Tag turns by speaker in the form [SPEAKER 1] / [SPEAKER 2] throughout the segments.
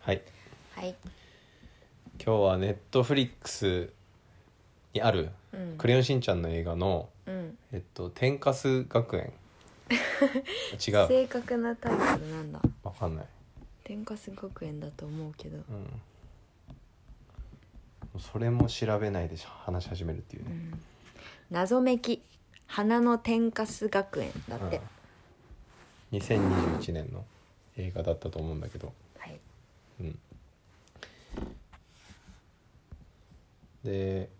[SPEAKER 1] はい
[SPEAKER 2] はい、
[SPEAKER 1] 今日はネットフリックスにある
[SPEAKER 2] う
[SPEAKER 1] 「
[SPEAKER 2] ん
[SPEAKER 1] クレヨンしんちゃん」の映画の
[SPEAKER 2] うん、
[SPEAKER 1] 「えっと、天かす学 園」違う
[SPEAKER 2] 正確なタイトルなんだ
[SPEAKER 1] わかんない、
[SPEAKER 2] 天かす学園だと思うけど、
[SPEAKER 1] うん、それも調べないで話し始めるっていう
[SPEAKER 2] う
[SPEAKER 1] ね、
[SPEAKER 2] ん、謎めき花の天かす学園だって、
[SPEAKER 1] うん、2021年の映画だったと思うんだけど、
[SPEAKER 2] はい
[SPEAKER 1] うん、で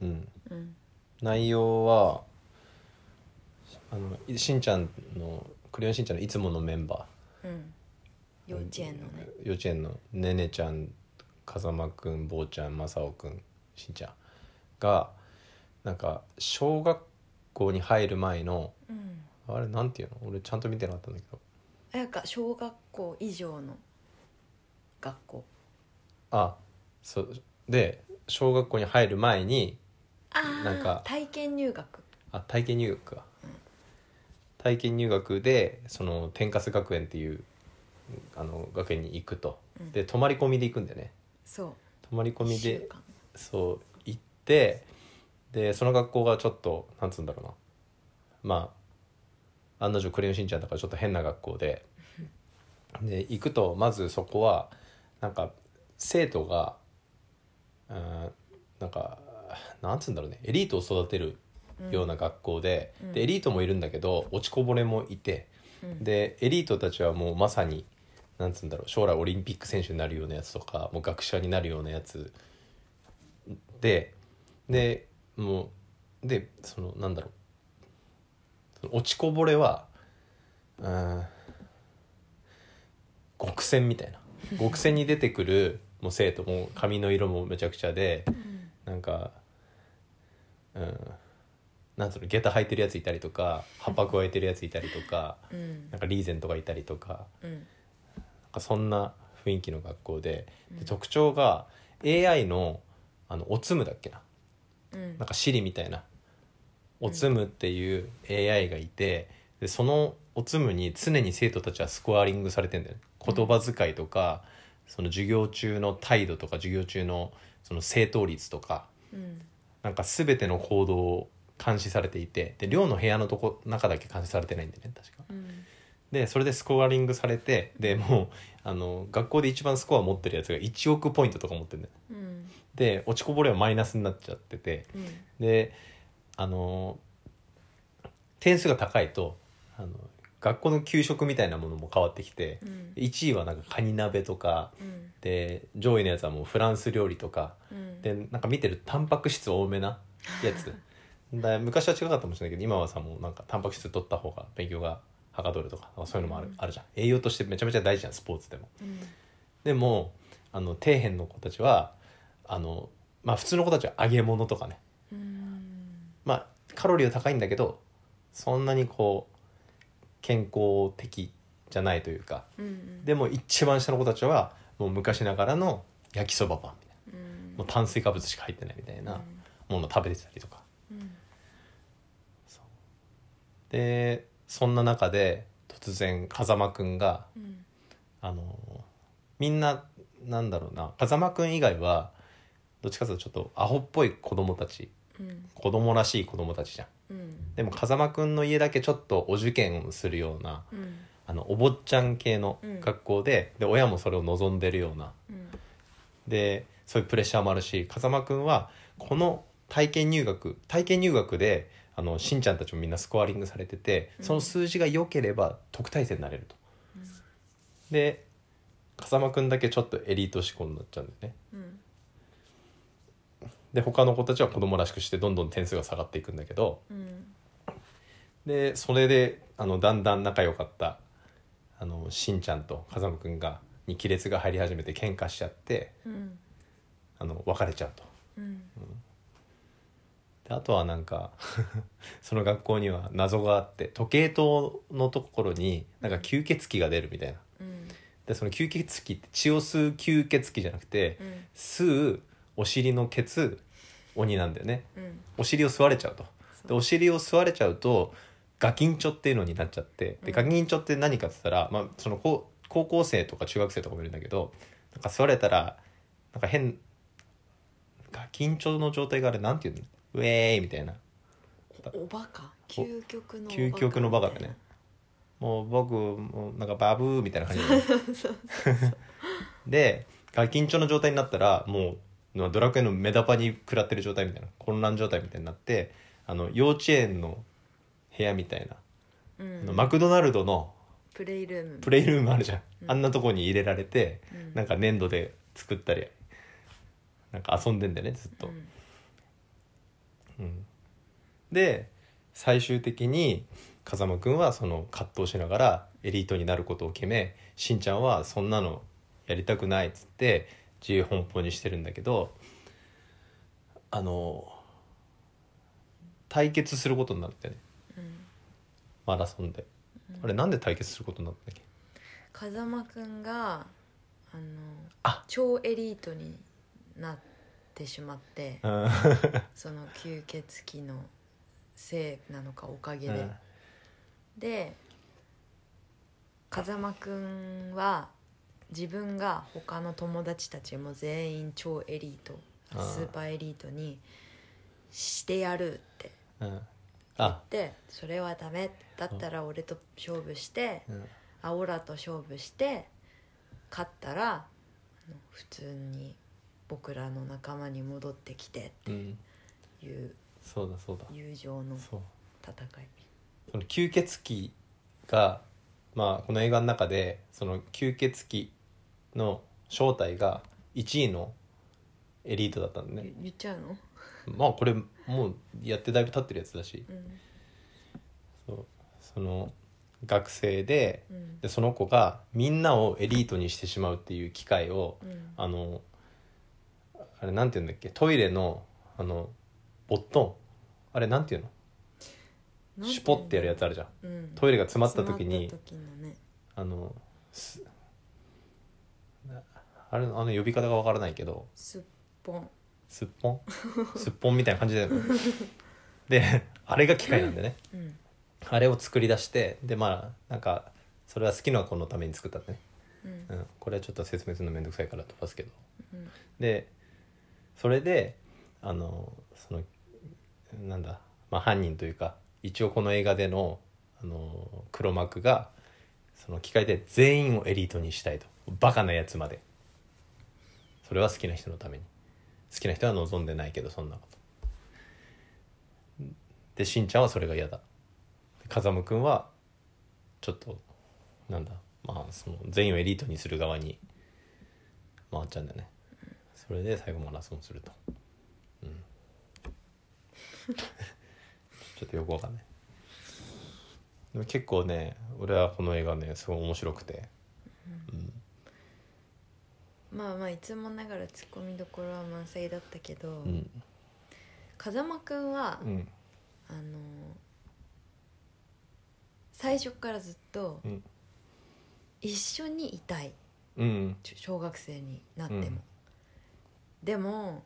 [SPEAKER 1] うん
[SPEAKER 2] うん
[SPEAKER 1] 内容はあのいしんちゃんの「クレヨンしんちゃん」のいつものメンバ
[SPEAKER 2] うん
[SPEAKER 1] ー
[SPEAKER 2] 幼稚園のね
[SPEAKER 1] 幼稚園のねねちゃん風間くん坊ちゃんまさおくんしんちゃんがなんか小学校に入る前の
[SPEAKER 2] うん
[SPEAKER 1] あれなんていうの俺ちゃんと見てなかったんだけど
[SPEAKER 2] なんか小学校以上の学校
[SPEAKER 1] あそうで小学校に入る前に
[SPEAKER 2] あー
[SPEAKER 1] なんか
[SPEAKER 2] 体験入学
[SPEAKER 1] あ体験入学か、体験入学でその天かす学園っていうあの学園に行くと、
[SPEAKER 2] うん
[SPEAKER 1] で泊まり込みで行くんだよね
[SPEAKER 2] そう
[SPEAKER 1] 泊まり込み
[SPEAKER 2] 一週
[SPEAKER 1] で
[SPEAKER 2] 間
[SPEAKER 1] そう行ってでその学校がちょっとなんつうんだろうなまあ案の定クレヨンしんちゃんだからちょっと変な学校でで行くとまずそこはなんか生徒がうんなんかなんつうんだろうねエリートを育てるような学校で,、
[SPEAKER 2] うん
[SPEAKER 1] でエリートもいるんだけど落ちこぼれもいて、
[SPEAKER 2] うん
[SPEAKER 1] でエリートたちはもうまさになんつうんだろう将来オリンピック選手になるようなやつとかもう学者になるようなやつででもうでそのなんだろうその落ちこぼれはうん極戦みたい な極戦に出てくるもう生徒も髪の色もめちゃくちゃで
[SPEAKER 2] うん
[SPEAKER 1] なんかうんなんつうの下駄履いてるやついたりとか葉っぱくわえてるやついたりとか
[SPEAKER 2] うん
[SPEAKER 1] なんかリーゼントがいたりとか
[SPEAKER 2] うん
[SPEAKER 1] なんかそんな雰囲気の学校でで
[SPEAKER 2] うん
[SPEAKER 1] 特徴が AI のあのおつむだっけな
[SPEAKER 2] うん
[SPEAKER 1] なんか Siri みたいなおつむっていう AI がいてでそのおつむに常に生徒たちはスコアリングされてんだよね言葉遣いとかその授業中の態度とか授業中のその正答率とか
[SPEAKER 2] うん
[SPEAKER 1] なんか全ての行動を監視されていてで寮の部屋のとこ中だけ監視されてないんだよね確か。
[SPEAKER 2] うん
[SPEAKER 1] でそれでスコアリングされてでもうあの学校で一番スコア持ってるやつが1億ポイントとか持ってるんだよ
[SPEAKER 2] うん
[SPEAKER 1] で落ちこぼれはマイナスになっちゃってて
[SPEAKER 2] うん
[SPEAKER 1] であの点数が高いとあの学校の給食みたいなものも変わってきて
[SPEAKER 2] うん
[SPEAKER 1] 1位はなんかカニ鍋とか
[SPEAKER 2] うん
[SPEAKER 1] で上位のやつはもうフランス料理とか
[SPEAKER 2] うん
[SPEAKER 1] でなんか見てるタンパク質多めなやつだ昔は違かったかもしれないけど今はさもうなんかタンパク質取った方が勉強がはかどるとかそういうのもある,、
[SPEAKER 2] うん
[SPEAKER 1] あるじゃん栄養としてめちゃめちゃ大事じゃんスポーツでも
[SPEAKER 2] うん
[SPEAKER 1] でもあの底辺の子たちはあのまあ普通の子たちは揚げ物とかね
[SPEAKER 2] うん
[SPEAKER 1] まあカロリーは高いんだけどそんなにこう健康的じゃないというか
[SPEAKER 2] うん
[SPEAKER 1] でも一番下の子たちはもう昔ながらの焼きそばパンみたいな
[SPEAKER 2] うん
[SPEAKER 1] もう炭水化物しか入ってないみたいなものを食べてたりとか
[SPEAKER 2] うん
[SPEAKER 1] でそんな中で突然風間くんが
[SPEAKER 2] うん
[SPEAKER 1] あのみんななんだろうな風間くん以外はどっちかというとちょっとアホっぽい子供たち
[SPEAKER 2] うん
[SPEAKER 1] 子供らしい子供たちじゃん
[SPEAKER 2] うん
[SPEAKER 1] でも風間くんの家だけちょっとお受験をするような
[SPEAKER 2] うん
[SPEAKER 1] あのお坊ちゃん系の学校で,、で親もそれを望んでるような
[SPEAKER 2] うん
[SPEAKER 1] でそういうプレッシャーもあるし風間くんはこの体験入学体験入学であのしんちゃんたちもみんなスコアリングされてて
[SPEAKER 2] うん
[SPEAKER 1] その数字が良ければ特待生になれると。で風間くんだけちょっとエリート志向になっちゃうんだよね。
[SPEAKER 2] うん
[SPEAKER 1] で他の子たちは子供らしくしてどんどん点数が下がっていくんだけど
[SPEAKER 2] うん
[SPEAKER 1] でそれであのだんだん仲良かったあのしんちゃんと風間くんがに亀裂が入り始めて喧嘩しちゃって
[SPEAKER 2] うん
[SPEAKER 1] あの別れちゃうと。
[SPEAKER 2] うん
[SPEAKER 1] であとはなんか その学校には謎があって時計塔のところになんか吸血鬼が出るみたいな
[SPEAKER 2] うん
[SPEAKER 1] でその吸血鬼って血を吸う吸血鬼じゃなくて
[SPEAKER 2] うん
[SPEAKER 1] 吸うお尻のケツ鬼なんだよね
[SPEAKER 2] うん
[SPEAKER 1] お尻を吸われちゃうと
[SPEAKER 2] そう
[SPEAKER 1] でお尻を吸われちゃうとガキンチョっていうのになっちゃって
[SPEAKER 2] う
[SPEAKER 1] で
[SPEAKER 2] ん
[SPEAKER 1] ガキンチョって何かって言ったら、まあ、そのこう高校生とか中学生とかもいるんだけどなんか座れたらなんか変なんか緊張の状態があれなんていうのウェーイみたいな
[SPEAKER 2] おバカ究極の
[SPEAKER 1] 究極のバカだねもう僕もうなんかバブーみたいな感じ でで緊張の状態になったらもうまあドラクエのメダパに食らってる状態みたいな混乱状態みたいになってあの幼稚園の部屋みたいな、
[SPEAKER 2] うん
[SPEAKER 1] あのマクドナルドの
[SPEAKER 2] プレイルーム
[SPEAKER 1] プレイルームあるじゃん、
[SPEAKER 2] うん
[SPEAKER 1] あんなとこに入れられて、
[SPEAKER 2] うん
[SPEAKER 1] なんか粘土で作ったりなんか遊んでんだよねずっと、
[SPEAKER 2] うん
[SPEAKER 1] うんで最終的に風間くんはその葛藤しながらエリートになることを決めしんちゃんはそんなのやりたくないっつって自由奔放にしてるんだけどあの対決することになってね
[SPEAKER 2] うん
[SPEAKER 1] マラソンで、あれなんで対決することになったんだっけ
[SPEAKER 2] 風間くんがあの
[SPEAKER 1] あ
[SPEAKER 2] 超エリートになってしまって
[SPEAKER 1] うん
[SPEAKER 2] その吸血鬼のせいなのかおかげ
[SPEAKER 1] う
[SPEAKER 2] で、
[SPEAKER 1] ん
[SPEAKER 2] で風間くんは自分が他の友達たちも全員超エリート
[SPEAKER 1] あー
[SPEAKER 2] スーパーエリートにしてやるって
[SPEAKER 1] うんあ、
[SPEAKER 2] でそれはダメだったら俺と勝負して
[SPEAKER 1] うん
[SPEAKER 2] あオラと勝負して勝ったらあの普通に僕らの仲間に戻ってきて
[SPEAKER 1] うん、
[SPEAKER 2] っていう
[SPEAKER 1] そうだそうだ
[SPEAKER 2] 友情の
[SPEAKER 1] そう
[SPEAKER 2] 戦い
[SPEAKER 1] その吸血鬼が、まあ、この映画の中でその吸血鬼の正体が1位のエリートだったんで
[SPEAKER 2] ゆ
[SPEAKER 1] ね
[SPEAKER 2] 言っちゃうの、
[SPEAKER 1] まあこれもうやってだいぶ経ってるやつだし
[SPEAKER 2] うん
[SPEAKER 1] そうその学生で
[SPEAKER 2] うん
[SPEAKER 1] でその子がみんなをエリートにしてしまうっていう機会を
[SPEAKER 2] うん
[SPEAKER 1] あのあれなんて言うんだっけトイレのあのボットンあれなんて言うのシュポってやるやつあるじゃん
[SPEAKER 2] うん
[SPEAKER 1] トイレが詰まった時に
[SPEAKER 2] 詰まった時のね
[SPEAKER 1] あのすなあれあの呼び方がわからないけど
[SPEAKER 2] すっぽん
[SPEAKER 1] すっ ぽんすっぽんみたいな感じだよねであれが機械なんでね
[SPEAKER 2] うん
[SPEAKER 1] あれを作り出してでまあなんかそれは好きな子のために作ったってね、
[SPEAKER 2] うん
[SPEAKER 1] うん、これはちょっと説明するのめんどくさいから飛ばすけど
[SPEAKER 2] うん
[SPEAKER 1] でそれであのそのなんだ、まあ、犯人というか一応この映画でのあの黒幕がその機械で全員をエリートにしたいとバカなやつまでそれは好きな人のために好きな人は望んでないけどそんなことでしんちゃんはそれが嫌だ風間くんはちょっとなんだまあその全員をエリートにする側に回っちゃうんだよねそれで最後マラソンすると、うん、 ちょっとよくわかんないでも結構ね俺はこの映画ねすごい面白くて
[SPEAKER 2] まあまあいつもながらツッコミどころは満載だったけど、
[SPEAKER 1] うん
[SPEAKER 2] 風間くんは、
[SPEAKER 1] うん
[SPEAKER 2] あの最初からずっと、
[SPEAKER 1] うん
[SPEAKER 2] 一緒にいたい
[SPEAKER 1] うん
[SPEAKER 2] ちょ小学生になっても、
[SPEAKER 1] うん
[SPEAKER 2] でも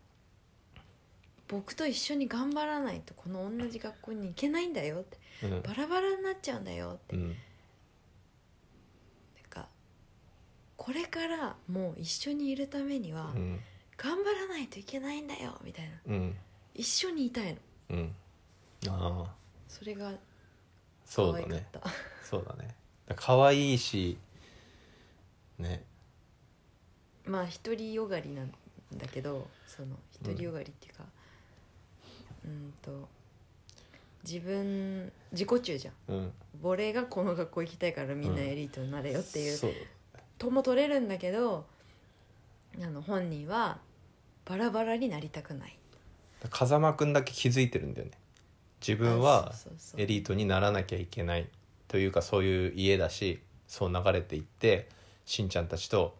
[SPEAKER 2] 僕と一緒に頑張らないとこの同じ学校に行けないんだよって
[SPEAKER 1] うん
[SPEAKER 2] バラバラになっちゃうんだよって、
[SPEAKER 1] うん
[SPEAKER 2] なんかこれからもう一緒にいるためには
[SPEAKER 1] うん
[SPEAKER 2] 頑張らないといけないんだよみたいな
[SPEAKER 1] うん
[SPEAKER 2] 一緒にいたいの
[SPEAKER 1] うんああ
[SPEAKER 2] それが
[SPEAKER 1] そ
[SPEAKER 2] 可
[SPEAKER 1] うだ
[SPEAKER 2] 愛かっ
[SPEAKER 1] ね
[SPEAKER 2] た、
[SPEAKER 1] そうだね可愛いしね
[SPEAKER 2] まあ独りよがりなんだけどその独りよがりっていうかうんと自分自己中じゃん
[SPEAKER 1] うん
[SPEAKER 2] 俺がこの学校行きたいからみんな
[SPEAKER 1] うん
[SPEAKER 2] エリートになれよっていう、
[SPEAKER 1] そう
[SPEAKER 2] とも取れるんだけどあの本人はバラバラになりたくない
[SPEAKER 1] 風間くんだけ気づいてるんだよね自分は
[SPEAKER 2] あそうそうそう
[SPEAKER 1] エリートにならなきゃいけないというかそういう家だしそう流れていってしんちゃんたちと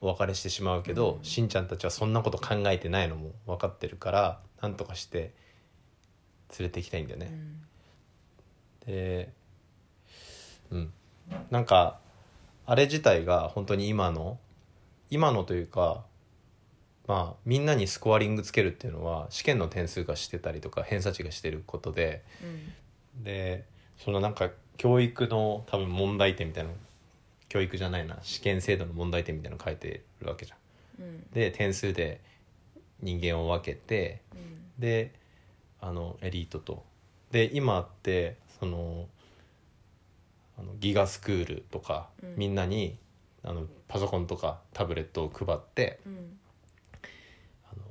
[SPEAKER 1] お別れしてしまうけど、
[SPEAKER 2] うん
[SPEAKER 1] しんちゃんたちはそんなこと考えてないのも分かってるからなんとかして連れて行きたいんだよ
[SPEAKER 2] う
[SPEAKER 1] ね。
[SPEAKER 2] ん
[SPEAKER 1] でうんなんかあれ自体が本当に今の今のというかまあみんなにスコアリングつけるっていうのは試験の点数がしてたりとか偏差値がしてることで。
[SPEAKER 2] うん
[SPEAKER 1] でそのなんか教育の多分問題点みたいなの教育じゃないな試験制度の問題点みたいなの書いてるわけじゃん。
[SPEAKER 2] うん
[SPEAKER 1] で点数で人間を分けて
[SPEAKER 2] うん
[SPEAKER 1] であのエリートと。で今ってそのあのギガスクールとか、
[SPEAKER 2] うん
[SPEAKER 1] みんなにあのパソコンとかタブレットを配って
[SPEAKER 2] うん
[SPEAKER 1] あの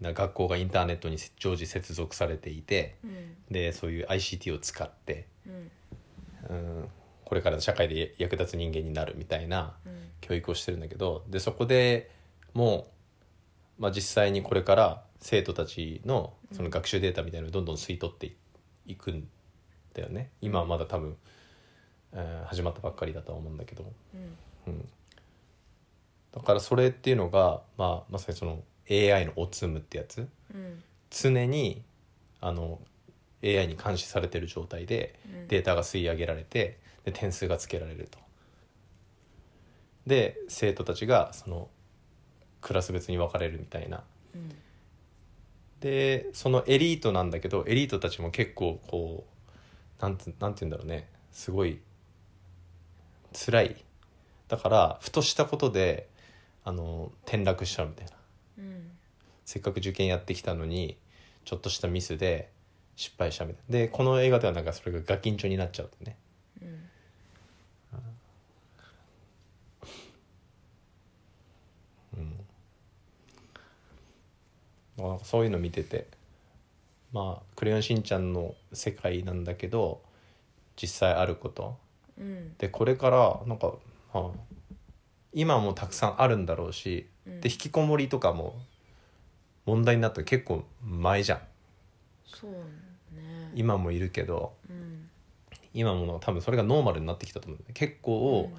[SPEAKER 1] みんな学校がインターネットに常時接続されていて
[SPEAKER 2] うん
[SPEAKER 1] でそういう ICT を使って、
[SPEAKER 2] うん
[SPEAKER 1] うん、これからの社会で役立つ人間になるみたいな
[SPEAKER 2] うん
[SPEAKER 1] 教育をしてるんだけどでそこでもう、まあ、実際にこれから生徒たちのその学習データみたいなのをどんどん吸い取っていいくんだよね今はまだ多分、えー始まったばっかりだとは思うんだけど、
[SPEAKER 2] うん
[SPEAKER 1] うん、だからそれっていうのが、まあ、まさにその AI のオツムってやつ
[SPEAKER 2] うん
[SPEAKER 1] 常にあの AI に監視されてる状態で
[SPEAKER 2] うん
[SPEAKER 1] データが吸い上げられてで点数がつけられると。で生徒たちがそのクラス別に分かれるみたいな。
[SPEAKER 2] うん
[SPEAKER 1] でそのエリートなんだけどエリートたちも結構こうなんてなんて言うんだろうねすごい辛いだからふとしたことであの転落しちゃうみたいな
[SPEAKER 2] うん
[SPEAKER 1] せっかく受験やってきたのにちょっとしたミスで失敗したみたいなでこの映画ではなんかそれがガキンチョになっちゃうってね
[SPEAKER 2] うん
[SPEAKER 1] なんかそういうの見ててまあ「クレヨンしんちゃん」の世界なんだけど実際あること
[SPEAKER 2] うん
[SPEAKER 1] でこれからなんか、はあ今もたくさんあるんだろうし、
[SPEAKER 2] うん
[SPEAKER 1] で引きこもりとかも問題になったの結構前じゃん
[SPEAKER 2] そうね
[SPEAKER 1] 今もいるけど
[SPEAKER 2] うん
[SPEAKER 1] 今も多分それがノーマルになってきたと思うんだよね結構、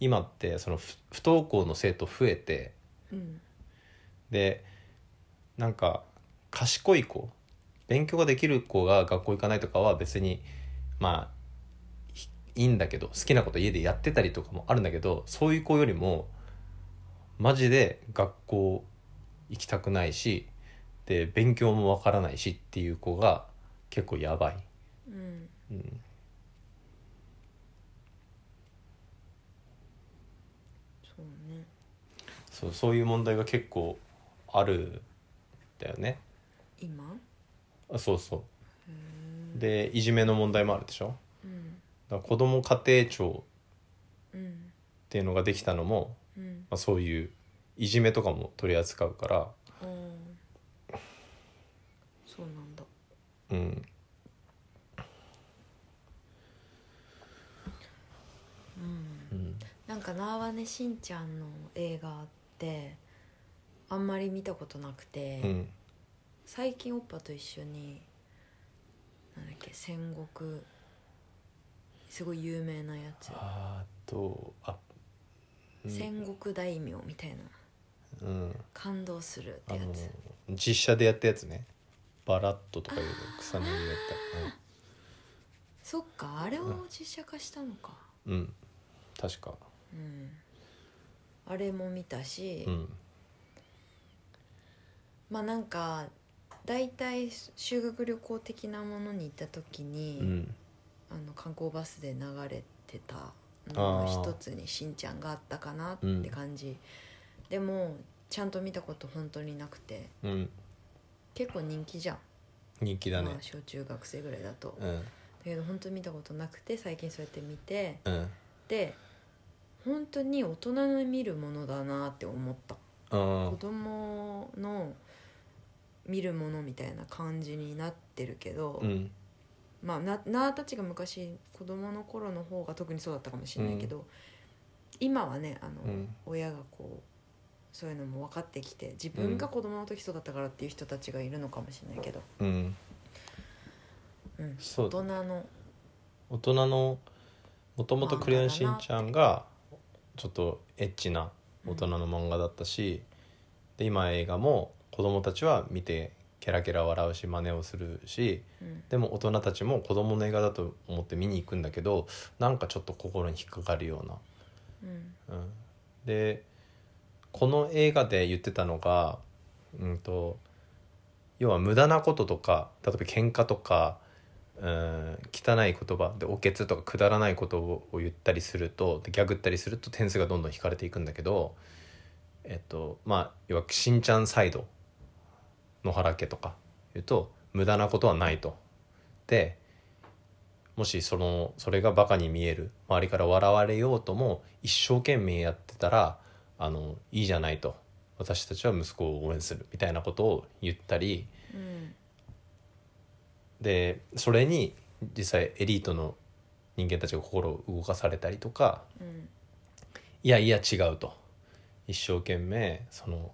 [SPEAKER 1] 今ってその不不登校の生徒増えて
[SPEAKER 2] うん
[SPEAKER 1] でなんか賢い子勉強ができる子が学校行かないとかは別にまあひいいんだけど好きなこと家でやってたりとかもあるんだけどそういう子よりもマジで学校行きたくないしで勉強もわからないしっていう子が結構やばい。
[SPEAKER 2] うん
[SPEAKER 1] うん
[SPEAKER 2] そうね
[SPEAKER 1] そうそういう問題が結構あるんだよね
[SPEAKER 2] 今
[SPEAKER 1] あそうそ
[SPEAKER 2] へ
[SPEAKER 1] う
[SPEAKER 2] ー
[SPEAKER 1] でいじめの問題もあるでしょ
[SPEAKER 2] うん
[SPEAKER 1] だから子ども家庭庁
[SPEAKER 2] うん
[SPEAKER 1] っていうのができたのも、
[SPEAKER 2] うん
[SPEAKER 1] まあ、そういういじめとかも取り扱うから、
[SPEAKER 2] あーそうなんだ
[SPEAKER 1] うん、
[SPEAKER 2] うん
[SPEAKER 1] うん
[SPEAKER 2] なんかなあわねしんちゃんの映画ってあんまり見たことなくて、
[SPEAKER 1] うん
[SPEAKER 2] 最近おっぱと一緒になんだっけ戦国すごい有名なやつ
[SPEAKER 1] あとあうん
[SPEAKER 2] 戦国大名みたいな
[SPEAKER 1] うん
[SPEAKER 2] 感動するって
[SPEAKER 1] あ
[SPEAKER 2] や
[SPEAKER 1] の
[SPEAKER 2] つ
[SPEAKER 1] 実写でやったやつねバラッととかいう草の上やっ
[SPEAKER 2] そっかあれを実写化したのか
[SPEAKER 1] たうん、うん、確か
[SPEAKER 2] うんあれも見たし、
[SPEAKER 1] うん
[SPEAKER 2] まあなんか大体修学旅行的なものに行った時に、
[SPEAKER 1] うん
[SPEAKER 2] あの観光バスで流れてたのの一つにしんちゃんがあったかなって感じ、でもちゃんと見たこと本当になくて
[SPEAKER 1] うん
[SPEAKER 2] 結構人気じゃん、
[SPEAKER 1] 人気だね
[SPEAKER 2] まあ、小中学生ぐらいだと、
[SPEAKER 1] う
[SPEAKER 2] だ
[SPEAKER 1] ん
[SPEAKER 2] けど本当に見たことなくて最近そうやって見て
[SPEAKER 1] うん
[SPEAKER 2] で本当に大人の見るものだなって思った
[SPEAKER 1] うん
[SPEAKER 2] 子供の見るものみたいな感じになってるけど、
[SPEAKER 1] うん
[SPEAKER 2] まあななあたちが昔子供の頃の方が特にそうだったかもしれないけど、今はねあの、
[SPEAKER 1] うん
[SPEAKER 2] 親がこうそういうのも分かってきて自分が子供の時そうだったからっていう人たちがいるのかもしれないけど、
[SPEAKER 1] うん
[SPEAKER 2] うん、
[SPEAKER 1] そ
[SPEAKER 2] 大
[SPEAKER 1] う
[SPEAKER 2] 人の
[SPEAKER 1] 大人のもともと「クレヨンしんちゃん」がちょっとエッチな大人の漫画だったし、で今映画も子供たちは見てケラケラ笑うし真似をするし
[SPEAKER 2] うん
[SPEAKER 1] でも大人たちも子供の映画だと思って見に行くんだけどなんかちょっと心に引っかかるよう
[SPEAKER 2] うん
[SPEAKER 1] な。うん、でこの映画で言ってたのが、うん、と要は無駄なこととか例えば喧嘩とかうん汚い言葉でおけつとかくだらないことを言ったりするとでギャグったりすると点数がどんどん引かれていくんだけどえっとまあ要は「しんちゃんサイド」野原家とか言うと無駄なことはないと。でもしそのそれがバカに見える周りから笑われようとも一生懸命やってたらあのいいじゃないと私たちは息子を応援するみたいなことを言ったり
[SPEAKER 2] うん
[SPEAKER 1] でそれに実際エリートの人間たちが心を動かされたりとか
[SPEAKER 2] うん
[SPEAKER 1] いやいや違うと一生懸命その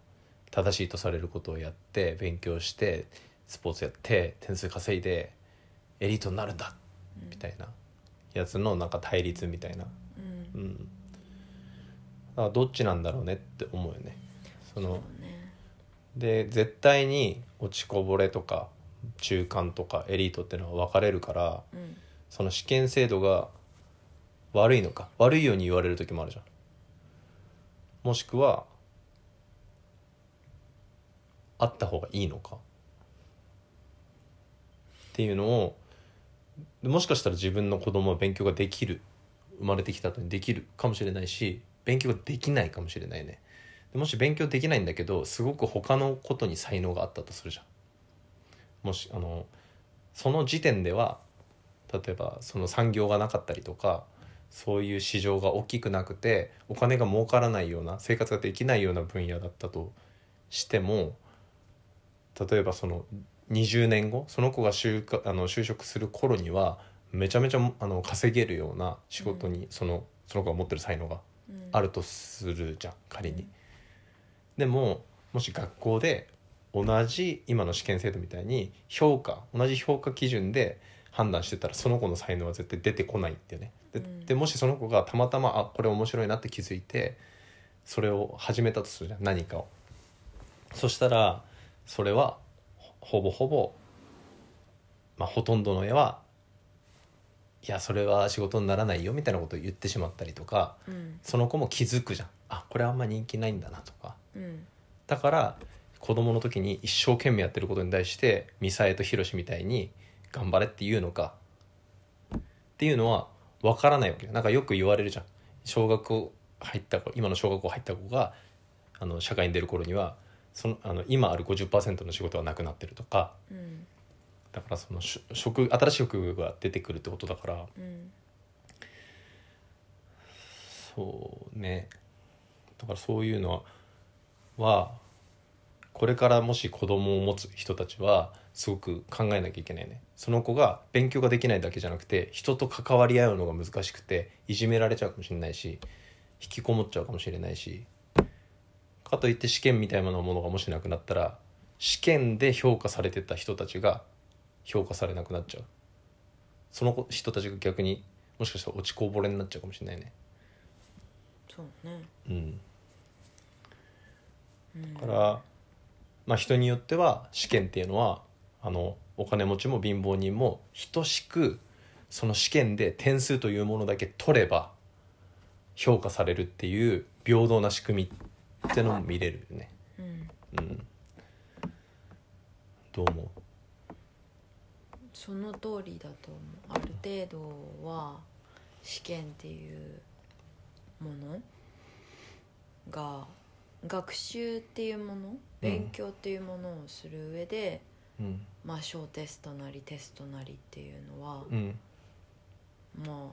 [SPEAKER 1] 正しいとされることをやって勉強してスポーツやって点数稼いでエリートになるんだみたいなやつのなんか対立みたいな
[SPEAKER 2] うん
[SPEAKER 1] う、んだからどっちなんだろうねって思うよねそ
[SPEAKER 2] そ
[SPEAKER 1] の
[SPEAKER 2] うね
[SPEAKER 1] で絶対に落ちこぼれとか中間とかエリートってのは分かれるから
[SPEAKER 2] うん
[SPEAKER 1] その試験制度が悪いのか悪いように言われる時もあるじゃんもしくはあった方がいいのかっていうのをもしかしたら自分の子供は勉強ができる生まれてきた後にできるかもしれないし勉強ができないかもしれないねでもし勉強できないんだけどすごく他のことに才能があったとするじゃんもしあのその時点では例えばその産業がなかったりとかそういう市場が大きくなくてお金が儲からないような生活ができないような分野だったとしても例えばその20年後その子が就活あの就職する頃にはめちゃめちゃあの稼げるような仕事にその,、その子が持ってる才能が
[SPEAKER 2] うん
[SPEAKER 1] あるとするじゃん仮に。でももし学校で同じ今の試験制度みたいに評価同じ評価基準で判断してたらその子の才能は絶対出てこないっていうね。で,、
[SPEAKER 2] うん
[SPEAKER 1] でもしその子がたまたまあこれ面白いなって気づいてそれを始めたとするじゃん何かを。そしたらそれはほほぼほぼ、まあ、ほとんどの絵はいやそれは仕事にならないよみたいなことを言ってしまったりとか
[SPEAKER 2] うん
[SPEAKER 1] その子も気づくじゃんあこれあんま人気ないんだなとか
[SPEAKER 2] うん
[SPEAKER 1] だから子供の時に一生懸命やってることに対してミサエとヒロシみたいに頑張れって言うのかっていうのは分からないわけよなんかよく言われるじゃん小学校入った子今の小学校入った子があの社会に出る頃にはそのあの今ある50%の仕事はなくなってるとか
[SPEAKER 2] うん
[SPEAKER 1] だからそのし職新しい職が出てくるってことだから
[SPEAKER 2] うん
[SPEAKER 1] そうねだからそういうのはこれからもし子供を持つ人たちはすごく考えなきゃいけないねその子が勉強ができないだけじゃなくて人と関わり合うのが難しくていじめられちゃうかもしれないし引きこもっちゃうかもしれないしかといって試験みたいなものがもしなくなったら試験で評価されてた人たちが評価されなくなっちゃうその子人たちが逆にもしかしたら落ちこぼれになっちゃうかもしれないね
[SPEAKER 2] そうね
[SPEAKER 1] うん
[SPEAKER 2] うん
[SPEAKER 1] だから、まあ、人によっては試験っていうのはあのお金持ちも貧乏人も等しくその試験で点数というものだけ取れば評価されるっていう平等な仕組みってのも見れるよね。
[SPEAKER 2] うん
[SPEAKER 1] うん、どう思
[SPEAKER 2] その通りだと思うある程度は試験っていうものが学習っていうもの勉強っていうものをする上で、
[SPEAKER 1] う、うん
[SPEAKER 2] まあ小テストなりテストなりっていうのは、
[SPEAKER 1] うん
[SPEAKER 2] まあ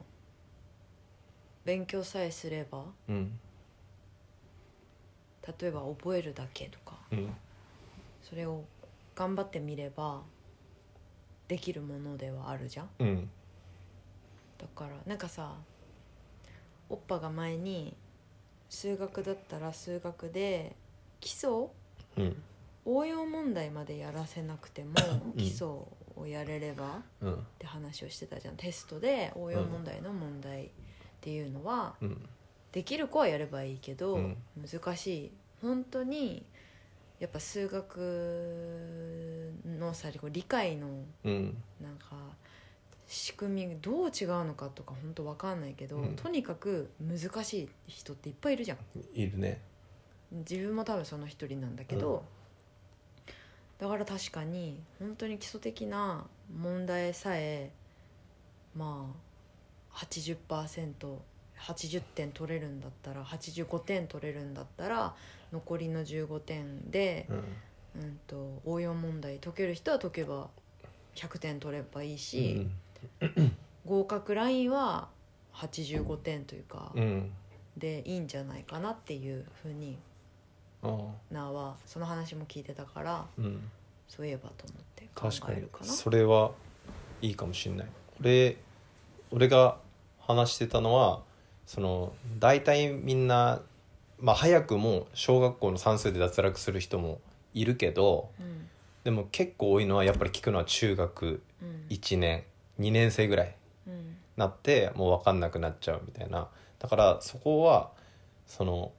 [SPEAKER 2] 勉強さえすれば
[SPEAKER 1] うん
[SPEAKER 2] 例えば覚えるだけとか
[SPEAKER 1] うん
[SPEAKER 2] それを頑張ってみればできるものではあるじゃん
[SPEAKER 1] うん
[SPEAKER 2] だからなんかさおっぱが前に数学だったら数学で基礎
[SPEAKER 1] うん
[SPEAKER 2] 応用問題までやらせなくても
[SPEAKER 1] うん
[SPEAKER 2] 基礎をやれればっ
[SPEAKER 1] うん
[SPEAKER 2] て話をしてたじゃんテストで応用問題の問題っていうのは
[SPEAKER 1] うん
[SPEAKER 2] できる子はやればいいけど、
[SPEAKER 1] うん
[SPEAKER 2] 難しい本当にやっぱ数学のさこう理解の
[SPEAKER 1] うん
[SPEAKER 2] なんか仕組みどう違うのかとか本当わかんないけど、
[SPEAKER 1] うん
[SPEAKER 2] とにかく難しい人っていっぱいいるじゃん
[SPEAKER 1] いるね。
[SPEAKER 2] 自分も多分その一人なんだけど、だから確かに本当に基礎的な問題さえまあ 80%80 点取れるんだったら85点取れるんだったら残りの15点で、
[SPEAKER 1] うん
[SPEAKER 2] うん、と応用問題解ける人は解けば100点取ればいいし、合格ラインは85点というか、
[SPEAKER 1] うんうん
[SPEAKER 2] でいいんじゃないかなっていうふうに
[SPEAKER 1] ああ
[SPEAKER 2] なはその話も聞いてたから
[SPEAKER 1] うん
[SPEAKER 2] そういえばと思って考
[SPEAKER 1] 確か
[SPEAKER 2] え
[SPEAKER 1] に
[SPEAKER 2] るかな。
[SPEAKER 1] それはいいかもしんない俺俺が話してたのはその大体みんな、まあ、早くも小学校の算数で脱落する人もいるけど
[SPEAKER 2] うん
[SPEAKER 1] でも結構多いのはやっぱり聞くのは中学
[SPEAKER 2] うん
[SPEAKER 1] 1年2年生ぐらい
[SPEAKER 2] うん
[SPEAKER 1] なってもう分かんなくなっちゃうみたいなだからそこはその、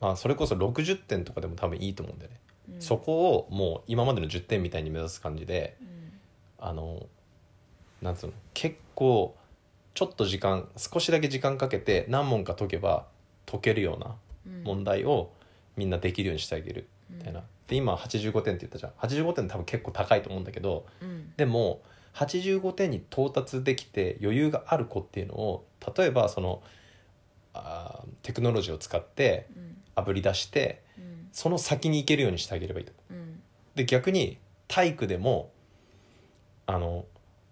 [SPEAKER 1] まあ、それこそ60点とかでも多分いいと思うんだよね、
[SPEAKER 2] うん
[SPEAKER 1] そこをもう今までの10点みたいに目指す感じで
[SPEAKER 2] うん
[SPEAKER 1] あのなんつうの結構ちょっと時間少しだけ時間かけて何問か解けば解けるような
[SPEAKER 2] うん
[SPEAKER 1] 問題をみんなできるようにしてあげるみたいな、で今85点って言ったじゃん85点多分結構高いと思うんだけど
[SPEAKER 2] うん
[SPEAKER 1] でも85点に到達できて余裕がある子っていうのを例えばそのあーテクノロジーを使って
[SPEAKER 2] うん
[SPEAKER 1] あぶり出して
[SPEAKER 2] うん
[SPEAKER 1] その先に行けるようにしてあげればいいと
[SPEAKER 2] うん
[SPEAKER 1] で逆に体育でもあの、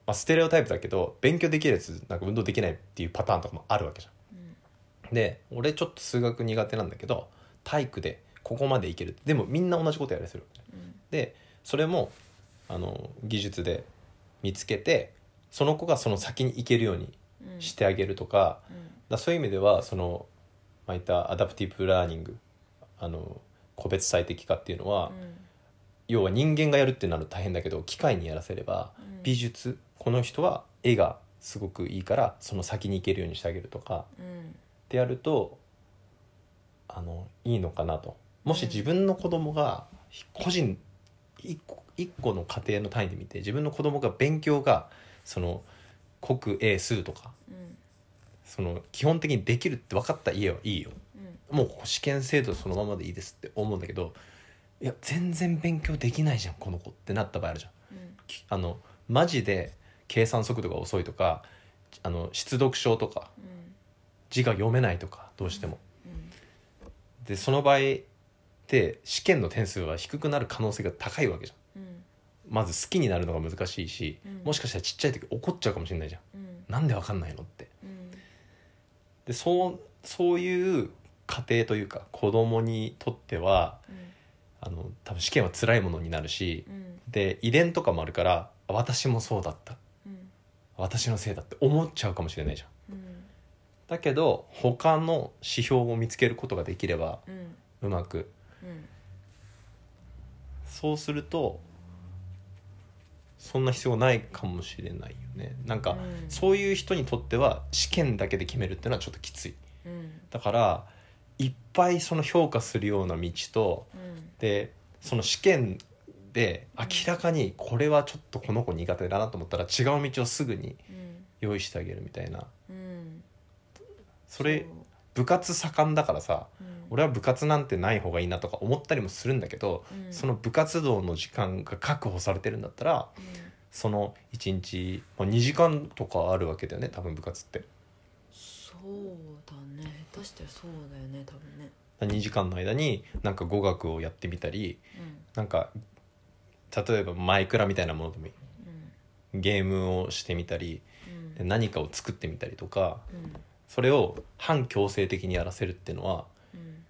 [SPEAKER 1] まあ、ステレオタイプだけど勉強できるやつなんか運動できないっていうパターンとかもあるわけじ
[SPEAKER 2] うん
[SPEAKER 1] ゃん。で俺ちょっと数学苦手なんだけど体育でここまでいけるでもみんな同じことやりする
[SPEAKER 2] うん
[SPEAKER 1] でそれもあの技術で見つけてその子がその先に行けるように
[SPEAKER 2] うん
[SPEAKER 1] してあげるとか,、
[SPEAKER 2] うん
[SPEAKER 1] だそういう意味ではその、まあ、言ったアダプティブラーニングあの個別最適化っていうのは、
[SPEAKER 2] うん
[SPEAKER 1] 要は人間がやるってなると大変だけど機械にやらせれば
[SPEAKER 2] うん
[SPEAKER 1] 美術この人は絵がすごくいいからその先に行けるようにしてあげるとか
[SPEAKER 2] うん
[SPEAKER 1] ってやるとあのいいのかなともし
[SPEAKER 2] うん
[SPEAKER 1] 自分の子供が個人一個一個の家庭の単位で見て自分の子供が勉強がその国英数とか
[SPEAKER 2] うん
[SPEAKER 1] その基本的にできるって分かった家はいいよ
[SPEAKER 2] うん
[SPEAKER 1] もう試験制度そのままでいいですって思うんだけどいや全然勉強できないじゃんこの子ってなった場合あるじゃん
[SPEAKER 2] うん
[SPEAKER 1] きあのマジで計算速度が遅いとかあの失読症とか
[SPEAKER 2] うん
[SPEAKER 1] 字が読めないとかどうしても
[SPEAKER 2] うん
[SPEAKER 1] でその場合って試験の点数は低くなる可能性が高いわけじゃん
[SPEAKER 2] うん
[SPEAKER 1] まず好きになるのが難しいし、
[SPEAKER 2] うん
[SPEAKER 1] もしかしたらちっちゃい時怒っちゃうかもしれないじゃん
[SPEAKER 2] うん
[SPEAKER 1] なんでわかんないのって
[SPEAKER 2] うん
[SPEAKER 1] でそうそういう家庭というか子供にとっては
[SPEAKER 2] うん
[SPEAKER 1] あの多分試験は辛いものになるし
[SPEAKER 2] うん
[SPEAKER 1] で遺伝とかもあるからあ私もそうだった
[SPEAKER 2] うん
[SPEAKER 1] 私のせいだって思っちゃうかもしれないじゃん
[SPEAKER 2] うん
[SPEAKER 1] だけど他の指標を見つけることができれば
[SPEAKER 2] うん
[SPEAKER 1] うまく
[SPEAKER 2] うん
[SPEAKER 1] そうするとそんな必要ないかもしれないよねなんか、
[SPEAKER 2] うん
[SPEAKER 1] そういう人にとっては試験だけで決めるっていうのはちょっときつい
[SPEAKER 2] うん
[SPEAKER 1] だからいっぱいその評価するような道と
[SPEAKER 2] うん
[SPEAKER 1] でその試験で
[SPEAKER 2] うん
[SPEAKER 1] 明らかにこれはちょっとこの子苦手だなと思ったら違う道をすぐに
[SPEAKER 2] うん
[SPEAKER 1] 用意してあげるみたいな
[SPEAKER 2] うん
[SPEAKER 1] それ部活盛んだからさ
[SPEAKER 2] そううん
[SPEAKER 1] 俺は部活なんてない方がいいなとか思ったりもするんだけど、
[SPEAKER 2] うん
[SPEAKER 1] その部活動の時間が確保されてるんだったら
[SPEAKER 2] うん
[SPEAKER 1] その1日、まあ、2時間とかあるわけだよね多分部活って
[SPEAKER 2] そうだね下手したらそうだよね多分ね
[SPEAKER 1] 2時間の間になんか語学をやってみたりなんか例えばマイクラみたいなものでもいい
[SPEAKER 2] うん
[SPEAKER 1] ゲームをしてみたり
[SPEAKER 2] うん
[SPEAKER 1] で何かを作ってみたりとか
[SPEAKER 2] うんうん
[SPEAKER 1] それを反強制的にやらせるっていうのは
[SPEAKER 2] うん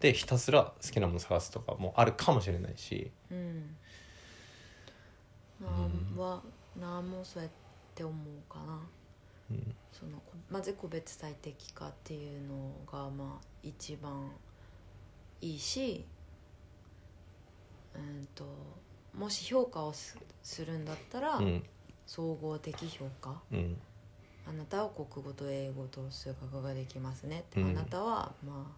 [SPEAKER 1] でひたすら好きなもの探すとかもあるかもしれないし
[SPEAKER 2] うん
[SPEAKER 1] うん
[SPEAKER 2] なんはなんもそうやって思うかな
[SPEAKER 1] うん
[SPEAKER 2] そのこまず個別最適化っていうのがまあ一番いいしうんともし評価をすするんだったら、
[SPEAKER 1] うん
[SPEAKER 2] 総合的評価
[SPEAKER 1] うん
[SPEAKER 2] あなたは国語と英語と数学ができますねって、
[SPEAKER 1] うん
[SPEAKER 2] あなたはまあ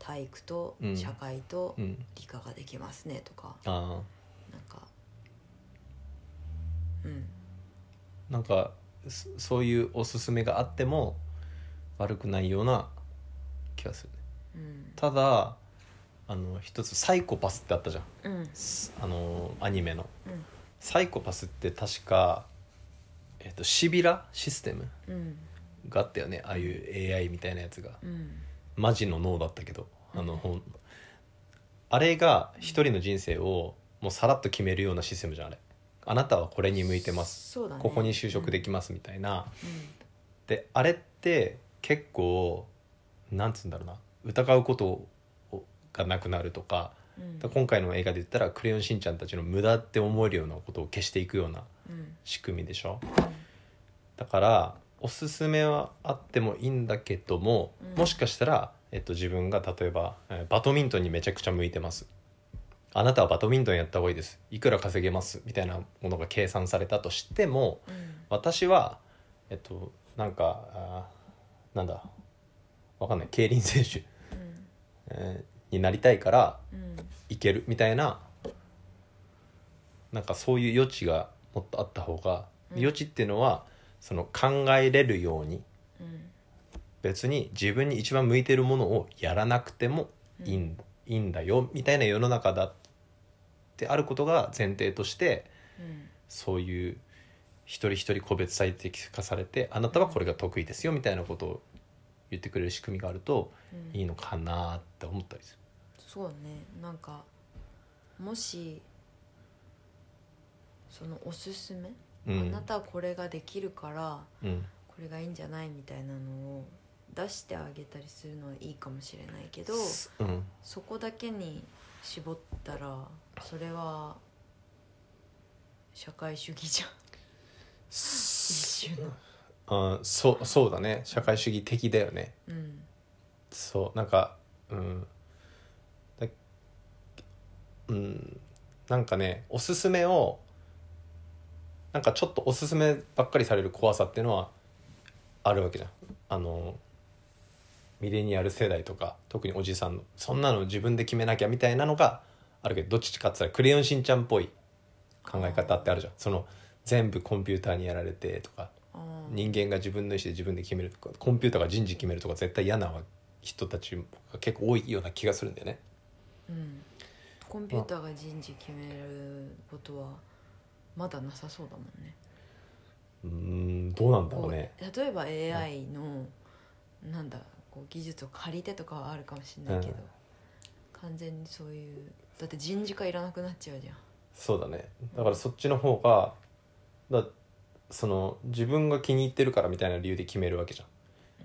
[SPEAKER 2] 体育と
[SPEAKER 1] うん
[SPEAKER 2] 社会と
[SPEAKER 1] うん
[SPEAKER 2] 理科ができますねとか、
[SPEAKER 1] あ
[SPEAKER 2] なんかうん
[SPEAKER 1] ーなんかそそういうおすすめがあっても悪くないような気がするね
[SPEAKER 2] うん
[SPEAKER 1] ただあの一つ「サイコパス」ってあったじゃん
[SPEAKER 2] うん
[SPEAKER 1] すあのアニメの
[SPEAKER 2] うん
[SPEAKER 1] サイコパスって確かええっと、シビラシステム
[SPEAKER 2] うん
[SPEAKER 1] があったよねああいう AI みたいなやつが
[SPEAKER 2] うん
[SPEAKER 1] マジの脳だったけどあのほんあれが一人の人生をもうさらっと決めるようなシステムじゃんあれあなたはこれに向いてます、
[SPEAKER 2] そうだね
[SPEAKER 1] ここに就職できますみたいな、であれって結構なんつうんだろうな疑うことをがなくなるとか
[SPEAKER 2] うんうん
[SPEAKER 1] だから今回の映画で言ったら「クレヨンしんちゃん」たちの無駄って思えるようなことを消していくような
[SPEAKER 2] うん
[SPEAKER 1] 仕組みでしょだからおすすめはあってもいいんだけども、
[SPEAKER 2] うん
[SPEAKER 1] もしかしたら、えっと、自分が例えば、えーバドミントンにめちゃくちゃ向いてますあなたはバドミントンやった方がいいですいくら稼げますみたいなものが計算されたとしても
[SPEAKER 2] うん
[SPEAKER 1] 私はえっとなんかあーなんだわかんない競輪選手、えーになりたいから
[SPEAKER 2] うん
[SPEAKER 1] いけるみたいななんかそういう余地がもっとあった方が、
[SPEAKER 2] うん
[SPEAKER 1] 余地っていうのはその考えれるように
[SPEAKER 2] うん
[SPEAKER 1] 別に自分に一番向いてるものをやらなくてもいいん,、いいんだよみたいな世の中だってあることが前提として
[SPEAKER 2] うん
[SPEAKER 1] そういう一人一人個別最適化されてあなたはこれが得意ですよみたいなことを言ってくれる仕組みがあると
[SPEAKER 2] うん
[SPEAKER 1] いいのかなって思ったりする。
[SPEAKER 2] そうねなんかもしそのおすすめ、
[SPEAKER 1] うん
[SPEAKER 2] あなたはこれができるから
[SPEAKER 1] うん
[SPEAKER 2] これがいいんじゃないみたいなのを出してあげたりするのはいいかもしれないけど
[SPEAKER 1] うん
[SPEAKER 2] そこだけに絞ったらそれは社会主義じゃん一種の
[SPEAKER 1] あそうそうだね社会主義的だよね
[SPEAKER 2] うん
[SPEAKER 1] そうなんかうんだうんなんかねおすすめをなんかちょっとおすすめばっかりされる怖さっていうのはあるわけじゃんあのミレニアル世代とか特におじさんのそんなの自分で決めなきゃみたいなのがあるけどどっちかっつったら「クレヨンしんちゃん」っぽい考え方ってあるじゃんその全部コンピューターにやられてとか
[SPEAKER 2] あー
[SPEAKER 1] 人間が自分の意思で自分で決めるとかコンピューターが人事決めるとか絶対嫌な人たちが結構多いような気がするんだよね
[SPEAKER 2] うん、コンピューターが人事決めることはまだなさそうだもんね
[SPEAKER 1] うーんどうなんだろ
[SPEAKER 2] こ
[SPEAKER 1] う
[SPEAKER 2] う
[SPEAKER 1] ね
[SPEAKER 2] 例えば AI の、なんだこう技術を借りてとかはあるかもしれないけど、
[SPEAKER 1] うん
[SPEAKER 2] 完全にそういうだって人事課いらなくなっちゃうじゃん
[SPEAKER 1] そうだねだからそっちの方がだその自分が気に入ってるからみたいな理由で決めるわけじゃん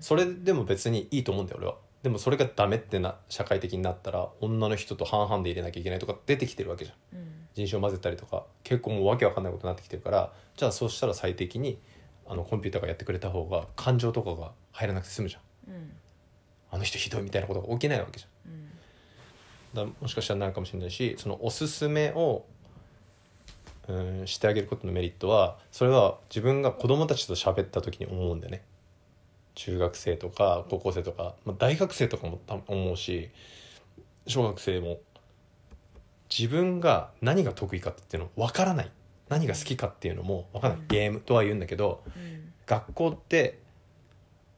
[SPEAKER 1] それでも別にいいと思うんだよ俺はでもそれがダメってな社会的になったら女の人と半々で入れなきゃいけないとか出てきてるわけじゃん
[SPEAKER 2] うん
[SPEAKER 1] 人種を混ぜたりとか結構もうわけわかんないことになってきてるからじゃあそうしたら最適にあのコンピューターがやってくれた方が感情とかが入らなくて済むじゃん
[SPEAKER 2] うん
[SPEAKER 1] あの人ひどいみたいなことが起きないわけじ
[SPEAKER 2] うん
[SPEAKER 1] ゃんだからもしかしたらなるかもしれないしそのおすすめをうんしてあげることのメリットはそれは自分が子供たちと喋った時に思うんだよね中学生とか高校生とか、まあ、大学生とかも多分思うし小学生も自分が何が得意かっていうの分からない何が好きかっていうのも分からない
[SPEAKER 2] うん
[SPEAKER 1] ゲームとは言うんだけど
[SPEAKER 2] うん
[SPEAKER 1] 学校って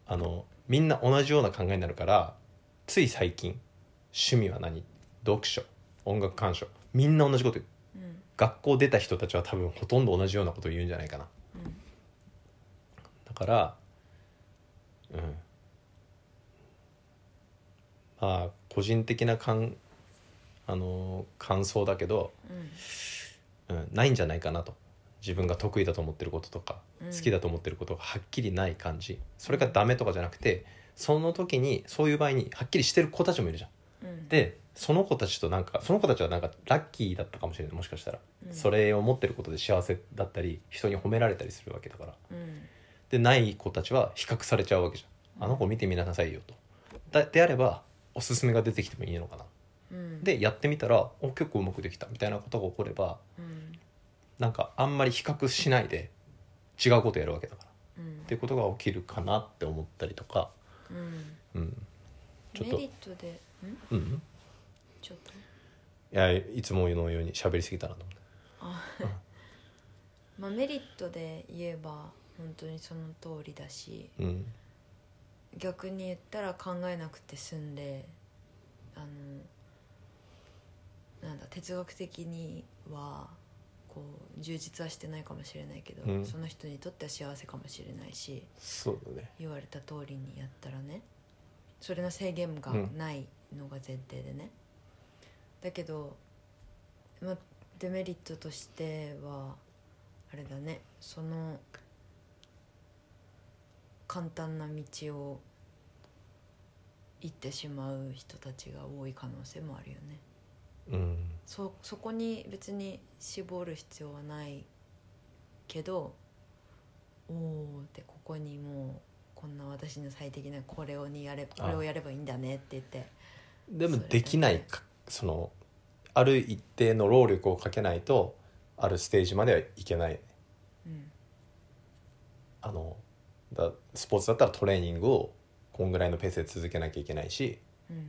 [SPEAKER 1] あのみんな同じような考えになるからつい最近趣味は何読書音楽鑑賞みんな同じこと言う
[SPEAKER 2] うん
[SPEAKER 1] 学校出た人たちは多分ほとんど同じようなことを言うんじゃないかな
[SPEAKER 2] うん
[SPEAKER 1] だからうんまあ個人的な感あの感想だけど、
[SPEAKER 2] うん
[SPEAKER 1] うん、ないんじゃないかなと自分が得意だと思ってることとか、
[SPEAKER 2] うん
[SPEAKER 1] 好きだと思ってることがはっきりない感じそれがダメとかじゃなくてその時にそういう場合にはっきりしてる子たちもいるじゃん。
[SPEAKER 2] うん、
[SPEAKER 1] でその子たちとなんかその子たちはなんかラッキーだったかもしれないもしかしたら、
[SPEAKER 2] うん
[SPEAKER 1] それを持ってることで幸せだったり人に褒められたりするわけだから
[SPEAKER 2] うん
[SPEAKER 1] でない子たちは比較されちゃうわけじゃんあの子見てみなさいよとだであればおすすめが出てきてもいいのかな
[SPEAKER 2] うん、
[SPEAKER 1] でやってみたらお結構うまくできたみたいなことが起これば
[SPEAKER 2] うん
[SPEAKER 1] なんかあんまり比較しないで違うことやるわけだから
[SPEAKER 2] うん
[SPEAKER 1] っていうことが起きるかなって思ったりとか
[SPEAKER 2] うん
[SPEAKER 1] うんちょっ
[SPEAKER 2] メ
[SPEAKER 1] と
[SPEAKER 2] リットでん
[SPEAKER 1] うん
[SPEAKER 2] ちょっと
[SPEAKER 1] いやいつものように喋りすぎたなと思って
[SPEAKER 2] まあメリットで言えば本当にその通りだし
[SPEAKER 1] うん
[SPEAKER 2] 逆に言ったら考えなくて済んであのなんだ哲学的にはここう充実はしてないかもしれないけど、
[SPEAKER 1] うん
[SPEAKER 2] その人にとっては幸せかもしれないし
[SPEAKER 1] そうだね
[SPEAKER 2] 言われた通りにやったらねそれの制限がないのが前提でね、だけど、まあ、デメリットとしてはあれだねその簡単な道を行ってしまう人たちが多い可能性もあるよね
[SPEAKER 1] うん
[SPEAKER 2] そそこに別に絞る必要はないけどおおってここにもうこんな私の最適なこれをにやれこれをやればいいんだねって言って
[SPEAKER 1] でも
[SPEAKER 2] それだけ
[SPEAKER 1] できないかそのある一定の労力をかけないとあるステージまではいけない
[SPEAKER 2] うん
[SPEAKER 1] あのだスポーツだったらトレーニングをこんぐらいのペースで続けなきゃいけないし
[SPEAKER 2] うん
[SPEAKER 1] っ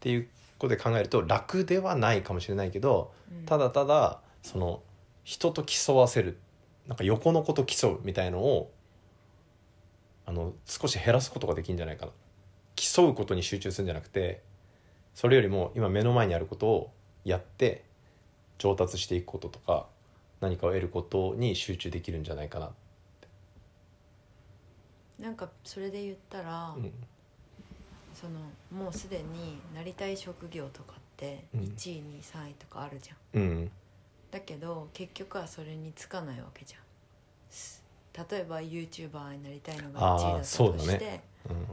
[SPEAKER 1] ていうことで考えると楽ではないかもしれないけど
[SPEAKER 2] うん
[SPEAKER 1] ただただその人と競わせるなんか横の子と競うみたいのをあの少し減らすことができるんじゃないかな競うことに集中するんじゃなくてそれよりも今目の前にあることをやって上達していくこととか何かを得ることに集中できるんじゃないかな、
[SPEAKER 2] なんかそれで言ったら、
[SPEAKER 1] うん
[SPEAKER 2] そのもうすでになりたい職業とかって
[SPEAKER 1] うん
[SPEAKER 2] 1位、2位3位とかあるじゃ
[SPEAKER 1] う
[SPEAKER 2] ん
[SPEAKER 1] ん
[SPEAKER 2] だけど結局はそれにつかないわけじゃんす例えば YouTuber になりたいのが1位だ
[SPEAKER 1] あ
[SPEAKER 2] っ
[SPEAKER 1] ー
[SPEAKER 2] たと
[SPEAKER 1] そうだね
[SPEAKER 2] して、
[SPEAKER 1] うん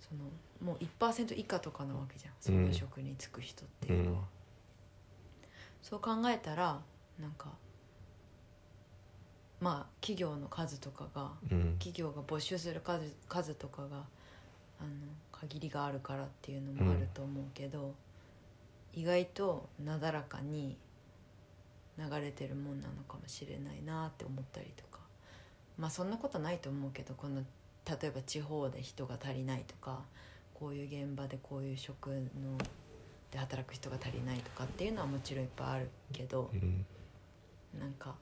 [SPEAKER 2] そのもう1%以下とかなわけじゃんその職に就く人っていうのは、
[SPEAKER 1] うん
[SPEAKER 2] そう考えたらなんかまあ企業の数とかが
[SPEAKER 1] うん
[SPEAKER 2] 企業が募集する数数とかがあの限りがあるからっていうのもあると思うけど、意外となだらかに流れてるもんなのかもしれないなって思ったりとかまあそんなことないと思うけどこの例えば地方で人が足りないとかこういう現場でこういう職ので働く人が足りないとかっていうのはもちろんいっぱいあるけど。
[SPEAKER 1] うん
[SPEAKER 2] なんか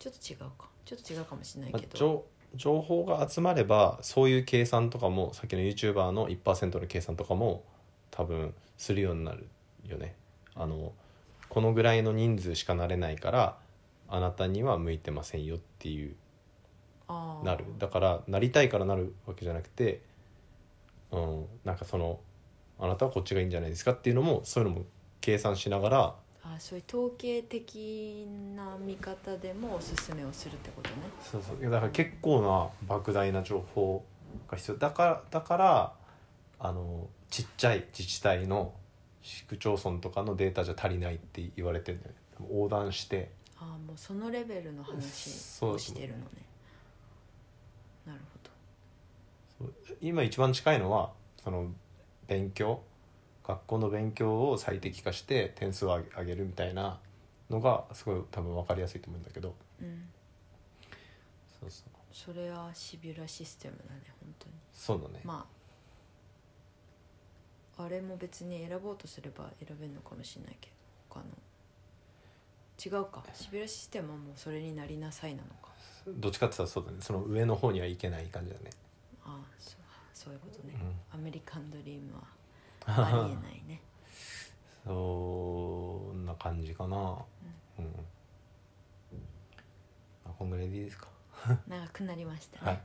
[SPEAKER 2] ちょっと違うかちょっと違うかもしれない
[SPEAKER 1] まあ
[SPEAKER 2] けど、
[SPEAKER 1] 情情報が集まればそういう計算とかもさっきの YouTuber の1%の計算とかも多分するようになるよねあのこのぐらいの人数しかなれないからあなたには向いてませんよっていう
[SPEAKER 2] ああ
[SPEAKER 1] なるだからなりたいからなるわけじゃなくてうんなんかそのあなたはこっちがいいんじゃないですかっていうのもそういうのも計算しながら
[SPEAKER 2] あそういう統計的な見方でもおすすめをするってことね
[SPEAKER 1] そうそういやだから結構な莫大な情報が必要だからだからあのちっちゃい自治体の市区町村とかのデータじゃ足りないって言われてるんだよね横断して
[SPEAKER 2] ああもうそのレベルの話
[SPEAKER 1] そう
[SPEAKER 2] をしてるのねなるほど
[SPEAKER 1] 今一番近いのはその勉強学校の勉強を最適化して点数を上げ上げるみたいなのがすごい多分分かりやすいと思うんだけど
[SPEAKER 2] うん
[SPEAKER 1] そうそう
[SPEAKER 2] それはシビュラシステムだね本当に
[SPEAKER 1] そうだね、
[SPEAKER 2] まああれも別に選ぼうとすれば選べるのかもしれないけど他の違うかシビュラシステムはもうそれになりなさいなのか
[SPEAKER 1] どっちかって言ったらそうだねその上の方にはいけない感じだね、
[SPEAKER 2] ああそうそういうことね
[SPEAKER 1] う、ん
[SPEAKER 2] アメリカンドリームはありえないね
[SPEAKER 1] そんな感じかな。うん。まあ、こんぐらいでいいですか。
[SPEAKER 2] 長くなりましたね、
[SPEAKER 1] はい。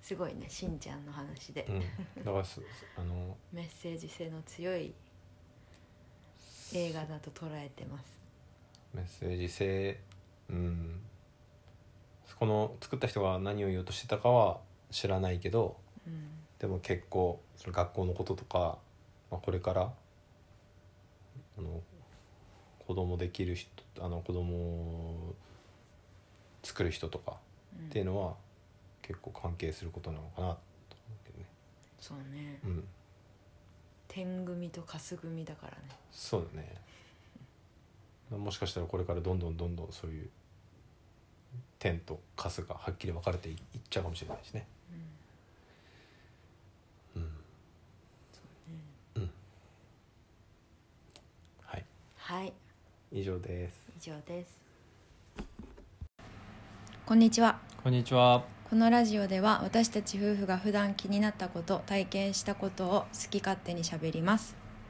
[SPEAKER 2] すごいねしんちゃんの話で、
[SPEAKER 1] うん。だからす、あの、
[SPEAKER 2] メッセージ性の強い映画だと捉えてます
[SPEAKER 1] メッセージ性。うん。この作った人が何を言おうとしてたかは知らないけど。
[SPEAKER 2] うん
[SPEAKER 1] でも結構その学校のこととか、まあ、これからあの子供できる人あの子供を作る人とか
[SPEAKER 2] うん
[SPEAKER 1] っていうのは結構関係することなのかなと思うけどね。
[SPEAKER 2] そうね
[SPEAKER 1] うん、
[SPEAKER 2] 天組とカス組だからね
[SPEAKER 1] そうだね。もしかしたらこれからどんどんどんどんそういう点とカスがはっきり分かれていいっちゃうかもしれないしね。うん、
[SPEAKER 2] そうね
[SPEAKER 1] はい、
[SPEAKER 2] はい
[SPEAKER 1] 以上です。
[SPEAKER 2] 以上ですこんにちは
[SPEAKER 3] こんにちは。
[SPEAKER 2] このラジオでは私たち夫婦が普段気になったこと体験したことを好き勝手にしゃべります